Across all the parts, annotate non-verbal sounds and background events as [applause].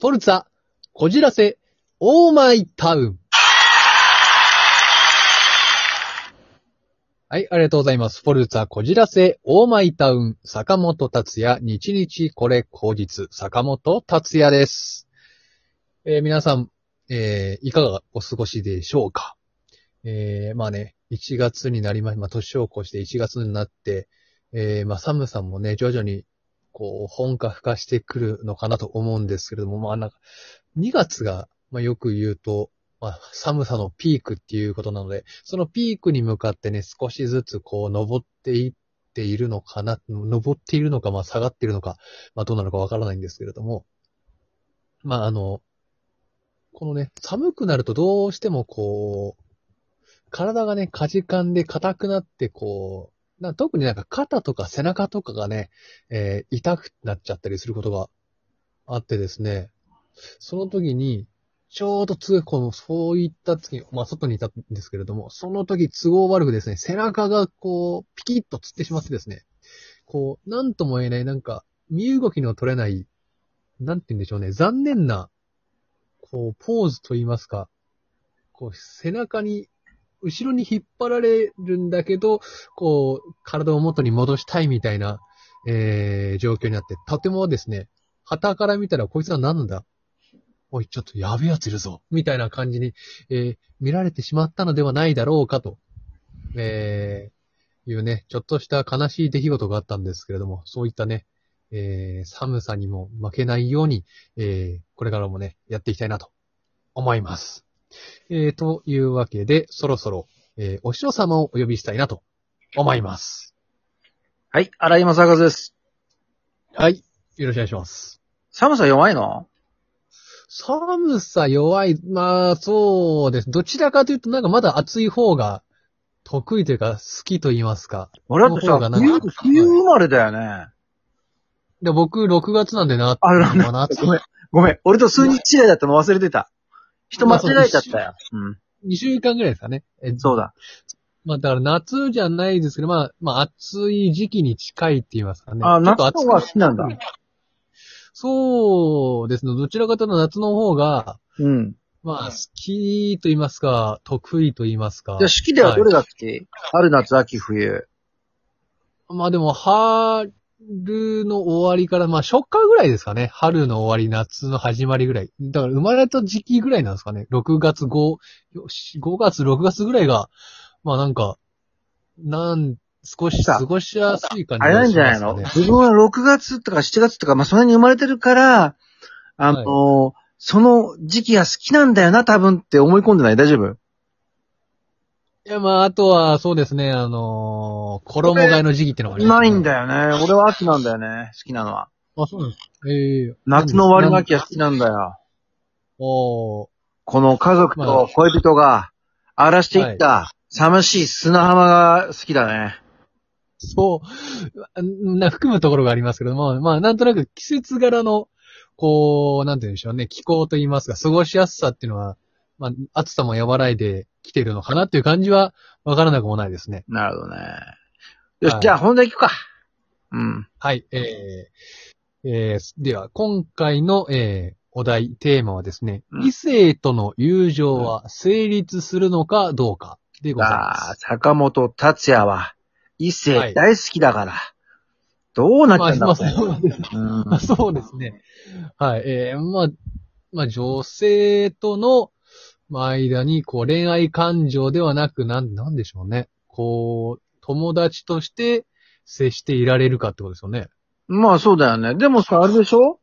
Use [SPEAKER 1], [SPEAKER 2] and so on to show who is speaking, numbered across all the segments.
[SPEAKER 1] トルツァ、こじらせ、オーマイタウン。はい、ありがとうございます。フォルツァ、こじらせ、オーマイタウン、坂本達也、日々これ後日、坂本達也です。えー皆さん、えーいかがお過ごしでしょうかえーまあね、1月になりました。まあ、年を越して1月になって、えーまあ、寒さもね、徐々に、こう、本格化してくるのかなと思うんですけれども、まあ、なんか、2月が、まあ、よく言うと、まあ、寒さのピークっていうことなので、そのピークに向かってね、少しずつこう、登っていっているのかな、登っているのか、まあ、下がっているのか、まあ、どうなのかわからないんですけれども、まあ、あの、このね、寒くなるとどうしてもこう、体がね、かじかんで硬くなってこう、な特になんか肩とか背中とかがね、えー痛くなっちゃったりすることがあってですね、その時に、ちょうど通この、そういった時、まあ、外にいたんですけれども、その時都合悪くですね、背中がこう、ピキッとつってしまってですね、こう、なんとも言えない、なんか、身動きの取れない、なんて言うんでしょうね、残念な、こう、ポーズと言いますか、こう、背中に、後ろに引っ張られるんだけど、こう、体を元に戻したいみたいな、えー、状況になって、とてもですね、旗から見たら、こいつは何なんだおい、ちょっとやべえやついるぞ。みたいな感じに、えー見られてしまったのではないだろうかと、えーいうね、ちょっとした悲しい出来事があったんですけれども、そういったね、えー寒さにも負けないように、えーこれからもね、やっていきたいなと思います。えーというわけで、そろそろ、えーお師匠様をお呼びしたいなと思います。
[SPEAKER 2] はい、荒井正和です。
[SPEAKER 1] はい。よろしくお願いします。
[SPEAKER 2] 寒さ弱いの
[SPEAKER 1] 寒さ弱い。まあ、そうです。どちらかというと、なんかまだ暑い方が得意というか、好きと言いますか。
[SPEAKER 2] 俺だって
[SPEAKER 1] そ
[SPEAKER 2] さ
[SPEAKER 1] うか、な
[SPEAKER 2] 冬、冬生まれだよね。
[SPEAKER 1] で僕、6月なんでな、
[SPEAKER 2] あら
[SPEAKER 1] まあ夏
[SPEAKER 2] ごめん、ごめん。俺と数日違いだったの忘れてた。人間違えちゃったよ。うん。
[SPEAKER 1] 2週間ぐらいですかね。え
[SPEAKER 2] そうだ。
[SPEAKER 1] まあ、だから夏じゃないですけど、まあ、まあ、暑い時期に近いって言いますかね。
[SPEAKER 2] あ、
[SPEAKER 1] ちょっ
[SPEAKER 2] 夏
[SPEAKER 1] と
[SPEAKER 2] の
[SPEAKER 1] 暑
[SPEAKER 2] 方
[SPEAKER 1] く
[SPEAKER 2] が好きなんだ。
[SPEAKER 1] そうですね。どちらかというと夏の方が、
[SPEAKER 2] うん。
[SPEAKER 1] まあ、好きと言いますか、得意と言いますか
[SPEAKER 2] じゃあ。四季ではどれが好き春、夏、秋、冬。
[SPEAKER 1] まあでも、春の終わりから、まあ初夏ぐらいですかね。春の終わり、夏の始まりぐらい。だから生まれた時期ぐらいなんですかね。6月5、よし5月、6月ぐらいが、まあなんか、なん、少し
[SPEAKER 2] さ
[SPEAKER 1] 過ごしやすい感じ
[SPEAKER 2] あれなんじゃないの
[SPEAKER 1] がします
[SPEAKER 2] 自分は6月とか7月とか、まあ、その辺に生まれてるから、あのーその時期が好きなんだよな、多分って思い込んでない大丈夫
[SPEAKER 1] いや、まああとは、そうですね、あのー衣替えの時期ってのがあります
[SPEAKER 2] な
[SPEAKER 1] ね
[SPEAKER 2] いん。だよね。俺は秋なんだよね、好きなのは。
[SPEAKER 1] あ、そうなんですか。ええ
[SPEAKER 2] 夏の終わりの
[SPEAKER 1] な
[SPEAKER 2] 秋が好きなんだよ。
[SPEAKER 1] おー
[SPEAKER 2] この家族と恋人が荒らしていった寂しい砂浜が好きだね。
[SPEAKER 1] そう、な、含むところがありますけども、まあ、なんとなく季節柄の、こう、なんて言うんでしょうね、気候と言いますか、過ごしやすさっていうのは、まあ、暑さも和らいできてるのかなっていう感じは、わからなくもないですね。
[SPEAKER 2] なるほどね。よし、
[SPEAKER 1] はい
[SPEAKER 2] じゃあ本題行くか。うん。
[SPEAKER 1] はい、えーえーでは、今回の、えーお題、テーマはですね、
[SPEAKER 2] うん
[SPEAKER 1] 異性との友情は成立するのかどうかでござい
[SPEAKER 2] さ
[SPEAKER 1] ま
[SPEAKER 2] あ、
[SPEAKER 1] す。
[SPEAKER 2] 坂本達也は異
[SPEAKER 1] は
[SPEAKER 2] 性
[SPEAKER 1] い
[SPEAKER 2] 大好きだから、どうなっち
[SPEAKER 1] ま
[SPEAKER 2] ゃ
[SPEAKER 1] あ
[SPEAKER 2] うんだ
[SPEAKER 1] ま
[SPEAKER 2] ろ
[SPEAKER 1] あ、そうです
[SPEAKER 2] うね。
[SPEAKER 1] まあ [laughs] そうですね。はい。えーまあ、まあ、女性とのまあ間に、こう、恋愛感情ではなく、なん、なんでしょうね。こう、友達として接していられるかってことですよね。
[SPEAKER 2] うん。まあそうだよね。でもさ、あれでしょ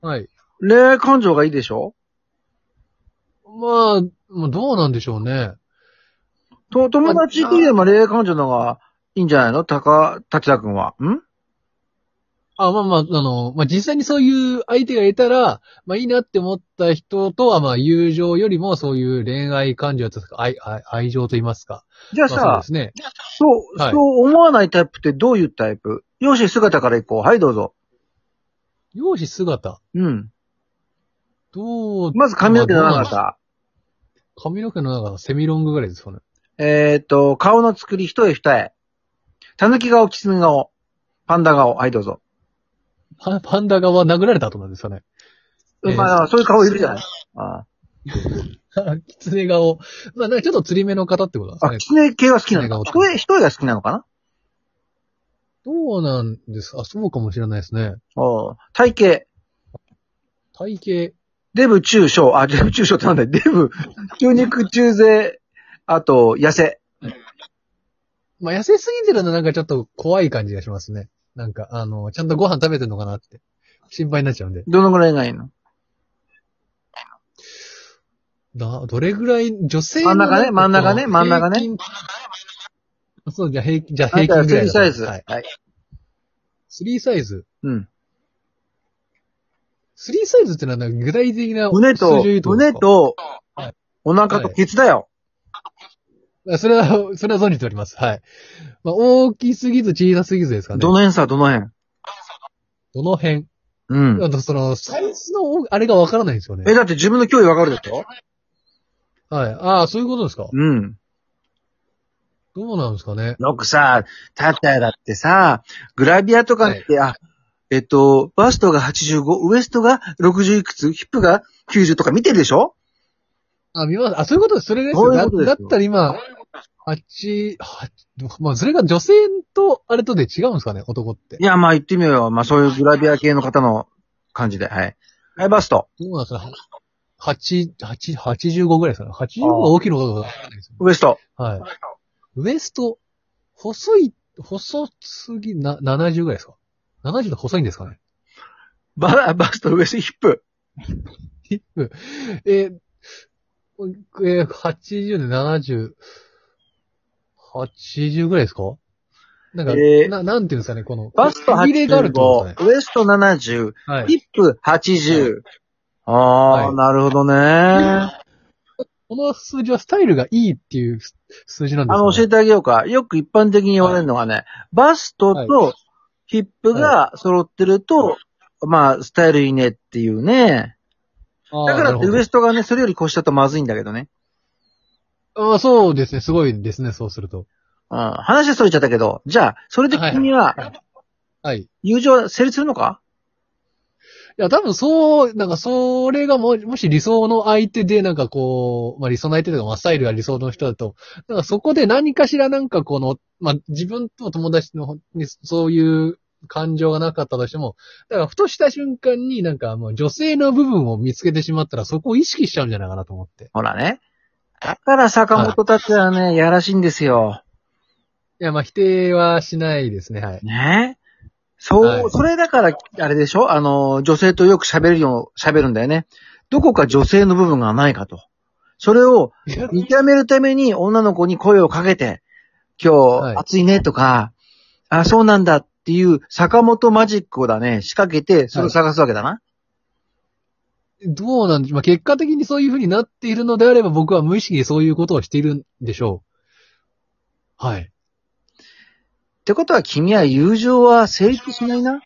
[SPEAKER 1] はい。
[SPEAKER 2] 恋愛感情がいいでしょ
[SPEAKER 1] まあ、まあ、どうなんでしょうね。
[SPEAKER 2] と、友達といえば恋愛感情の方がいいんじゃないの高、達也くんは。ん
[SPEAKER 1] あ、まあまあ、あの、まあ実際にそういう相手がいたら、まあいいなって思った人とは、まあ友情よりもそういう恋愛感情とか、愛、愛愛情と言いますか。
[SPEAKER 2] じゃあ
[SPEAKER 1] まあそう
[SPEAKER 2] さ
[SPEAKER 1] で、すね。
[SPEAKER 2] そう、
[SPEAKER 1] はい
[SPEAKER 2] そう思わないタイプってどういうタイプよし、姿から行こう。はい、どうぞ。
[SPEAKER 1] 容姿姿。
[SPEAKER 2] うん。
[SPEAKER 1] どう、
[SPEAKER 2] まず髪の毛の
[SPEAKER 1] まあ
[SPEAKER 2] 長
[SPEAKER 1] どうなん
[SPEAKER 2] さ。
[SPEAKER 1] 髪の毛の長さ、セミロングぐらいですよね。
[SPEAKER 2] えーっと、顔の作り、一重二重。たぬき顔、きつね顔。パンダ顔。はい、どうぞ。
[SPEAKER 1] パパンダ側殴られた後なんですかね。 [laughs] えー
[SPEAKER 2] まあ、だからそういう顔いるじゃないああ
[SPEAKER 1] キツネ顔。まあ、なんかちょっと釣り目の方ってことなん
[SPEAKER 2] あ、
[SPEAKER 1] です
[SPEAKER 2] キツネ系は好きなの
[SPEAKER 1] キ
[SPEAKER 2] か。
[SPEAKER 1] ツネが多
[SPEAKER 2] 一人が好きなのかな
[SPEAKER 1] ね。どうなんですかあ、そうかもしれないですね。
[SPEAKER 2] ああ体型。
[SPEAKER 1] 体型、
[SPEAKER 2] デブ中小、あ、デブ中小ってなんだよ。デブ、中肉中背、あと、痩せ。
[SPEAKER 1] まあ、痩せすぎてるのなんかちょっと怖い感じがしますね。なんか、あの、ちゃんとご飯食べてんのかなって。心配になっちゃうんで。
[SPEAKER 2] どのぐらいがいいの
[SPEAKER 1] だ、どれぐらい、女性
[SPEAKER 2] 真ん中
[SPEAKER 1] なんかこ
[SPEAKER 2] ね
[SPEAKER 1] う
[SPEAKER 2] 真ん中ね真ん中ね。
[SPEAKER 1] 平均そう、じゃあ平均、じゃあ
[SPEAKER 2] あ
[SPEAKER 1] 平
[SPEAKER 2] んた
[SPEAKER 1] 均
[SPEAKER 2] は
[SPEAKER 1] ぐらいだ。
[SPEAKER 2] 3サイズ。
[SPEAKER 1] は
[SPEAKER 2] はいい。。
[SPEAKER 1] 3サイズ。
[SPEAKER 2] うん。
[SPEAKER 1] 3サイズってのはなんか具体的な
[SPEAKER 2] 胸
[SPEAKER 1] 数
[SPEAKER 2] と
[SPEAKER 1] 字を言う、と
[SPEAKER 2] 胸。と
[SPEAKER 1] はい、
[SPEAKER 2] お腹とケツだよ。
[SPEAKER 1] あそれは、それは存じております。はい。まあ、大きすぎず小さすぎずですかね。
[SPEAKER 2] どの辺さ、どの辺
[SPEAKER 1] どの辺、
[SPEAKER 2] うん。
[SPEAKER 1] あとその、サイズの、あれがわからないんですよ
[SPEAKER 2] え、
[SPEAKER 1] ね。
[SPEAKER 2] だって自分の脅威わかるでしょ
[SPEAKER 1] はい。ああ、そういうことですか。
[SPEAKER 2] うん。
[SPEAKER 1] どうなんですかね。
[SPEAKER 2] よくさ、タタヤだってさ、グラビアとかって、あ、えっと、バストが85、ウエストが60いくつ、ヒップが90とか見てるでしょ
[SPEAKER 1] あ、見ます。あ、そういうことです。それです
[SPEAKER 2] そ
[SPEAKER 1] よ。
[SPEAKER 2] ういう
[SPEAKER 1] だ
[SPEAKER 2] ことです
[SPEAKER 1] だ
[SPEAKER 2] よ
[SPEAKER 1] ったら今、8、はまあ、それが女性と、あれとで違うんですかね、男って
[SPEAKER 2] い。や、まあ言ってみようよ。まあそういうグラビア系の方の感じで。はい。はい、バスト。
[SPEAKER 1] どうなんですかね。8、8、85ぐらいですかね。85が大きいのかどうかわからないですよね。
[SPEAKER 2] ウエスト。
[SPEAKER 1] はい。ウエスト、細い、細すぎ、な、70ぐらいですか ?70 って細いんですかね [laughs]
[SPEAKER 2] バ、バスト、ウエスト、ヒップ。
[SPEAKER 1] ヒップ。えー、えー、80で70、80ぐらいですかなんか、
[SPEAKER 2] えー
[SPEAKER 1] な、なんていうんですかね、この、
[SPEAKER 2] バスト
[SPEAKER 1] 区切れがあるってことですか
[SPEAKER 2] 85、ウエスト70、
[SPEAKER 1] ね。はい。
[SPEAKER 2] ヒップ80。あ
[SPEAKER 1] は
[SPEAKER 2] あ、
[SPEAKER 1] い
[SPEAKER 2] なるほどね。あ
[SPEAKER 1] この数字はスタイルがいいっていう数数字なんですか、ね、
[SPEAKER 2] の、教えてあげようか。よく一般的に言われるのがね、バスト
[SPEAKER 1] は
[SPEAKER 2] とヒップが揃ってると、まあ、スタイルいいねっていうね。
[SPEAKER 1] あー
[SPEAKER 2] だからって
[SPEAKER 1] な
[SPEAKER 2] ウエ
[SPEAKER 1] る
[SPEAKER 2] ストがね、それより越しだとまずいんだけどね。
[SPEAKER 1] ほどあーそうですね、すごいですね、そうすると。
[SPEAKER 2] うん。話はそれちゃったけど、じゃあ、それで君は、
[SPEAKER 1] はい。い
[SPEAKER 2] 友情は成立するのか
[SPEAKER 1] や、多分そう、なんか、それがも、もし理想の相手で、なんかこう、まあ理想の相手とか、まあスタイルが理想の人だと、なんかそこで何かしらなんかこの、まあ自分と友達の、にそういう感情がなかったとしても、だからふとした瞬間になんかもう女性の部分を見つけてしまったら、そこを意識しちゃうんじゃないかなと思って。
[SPEAKER 2] ほらね。だから坂本達也はね、やらしいんですよ。
[SPEAKER 1] いや、まあ否定はしないですね、はい。
[SPEAKER 2] ねそう、
[SPEAKER 1] はい
[SPEAKER 2] それだから、あれでしょあの、女性とよく喋るよう、喋るんだよね。どこか女性の部分がないかと。それを見極めるために女の子に声をかけて、今
[SPEAKER 1] はい
[SPEAKER 2] 日暑いねとか、あ、そうなんだっていう坂本マジックをだね、仕掛けて、それを探すわけだな。
[SPEAKER 1] どうなんでしょう。まあ、結果的にそういう風になっているのであれば、僕は無意識でそういうことをしているんでしょう。はい。
[SPEAKER 2] ってことは君は友情は成立しないな。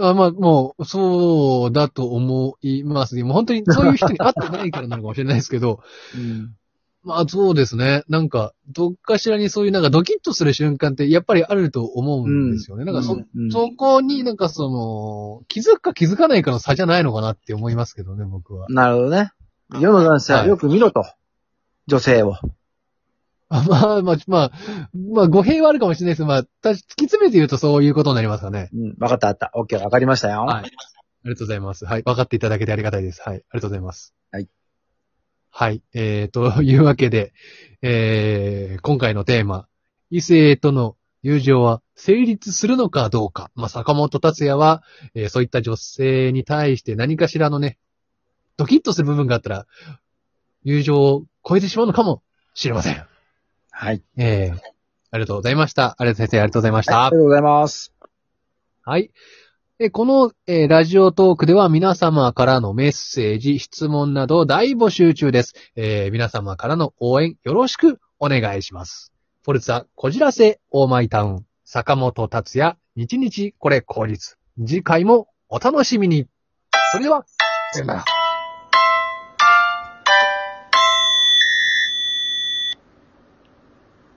[SPEAKER 1] あまあ、もう、そうだと思います。もう本当にそういう人に会ってないからなのかもしれないですけど、 [laughs] まあそうですね。なんか、どっかしらにそういうなんかドキッとする瞬間ってやっぱりあると思うんですよね。なんかそ、
[SPEAKER 2] うん
[SPEAKER 1] そこになんかその、気づくか気づかないかの差じゃないのかなって思いますけどね、僕は。
[SPEAKER 2] なるほどね。世の男性は
[SPEAKER 1] はい
[SPEAKER 2] よく見ろと。女性を。
[SPEAKER 1] あまあまあ、まあ、まあ、語弊はあるかもしれないです。まあ、た突き詰めて言うとそういうことになりますかね。
[SPEAKER 2] うん。わかった、あった。オッケー、わかりましたよ。
[SPEAKER 1] はいありがとうございます。はい。分かっていただけてありがたいです。はい。ありがとうございます。
[SPEAKER 2] はい。
[SPEAKER 1] はい。えー、と [laughs] いうわけで、えー、今回のテーマ、異性との友情は成立するのかどうか。まあ、坂本達也は、えーそういった女性に対して何かしらのね、ドキッとする部分があったら、友情を超えてしまうのかもしれません。
[SPEAKER 2] はい。
[SPEAKER 1] ええありがとうございました。ありがとう先生、ありがとうございまし
[SPEAKER 2] あ
[SPEAKER 1] た
[SPEAKER 2] りが。とうございます。
[SPEAKER 1] はい。えこの、えーラジオトークでは皆様からのメッセージ、質問など大募集中です。えー皆様からの応援よろしくお願いします。フォルツァ、こじらせ、オーマイタウン、坂本達也、日々これ後日。次回もお楽しみに。それでは、さよなら。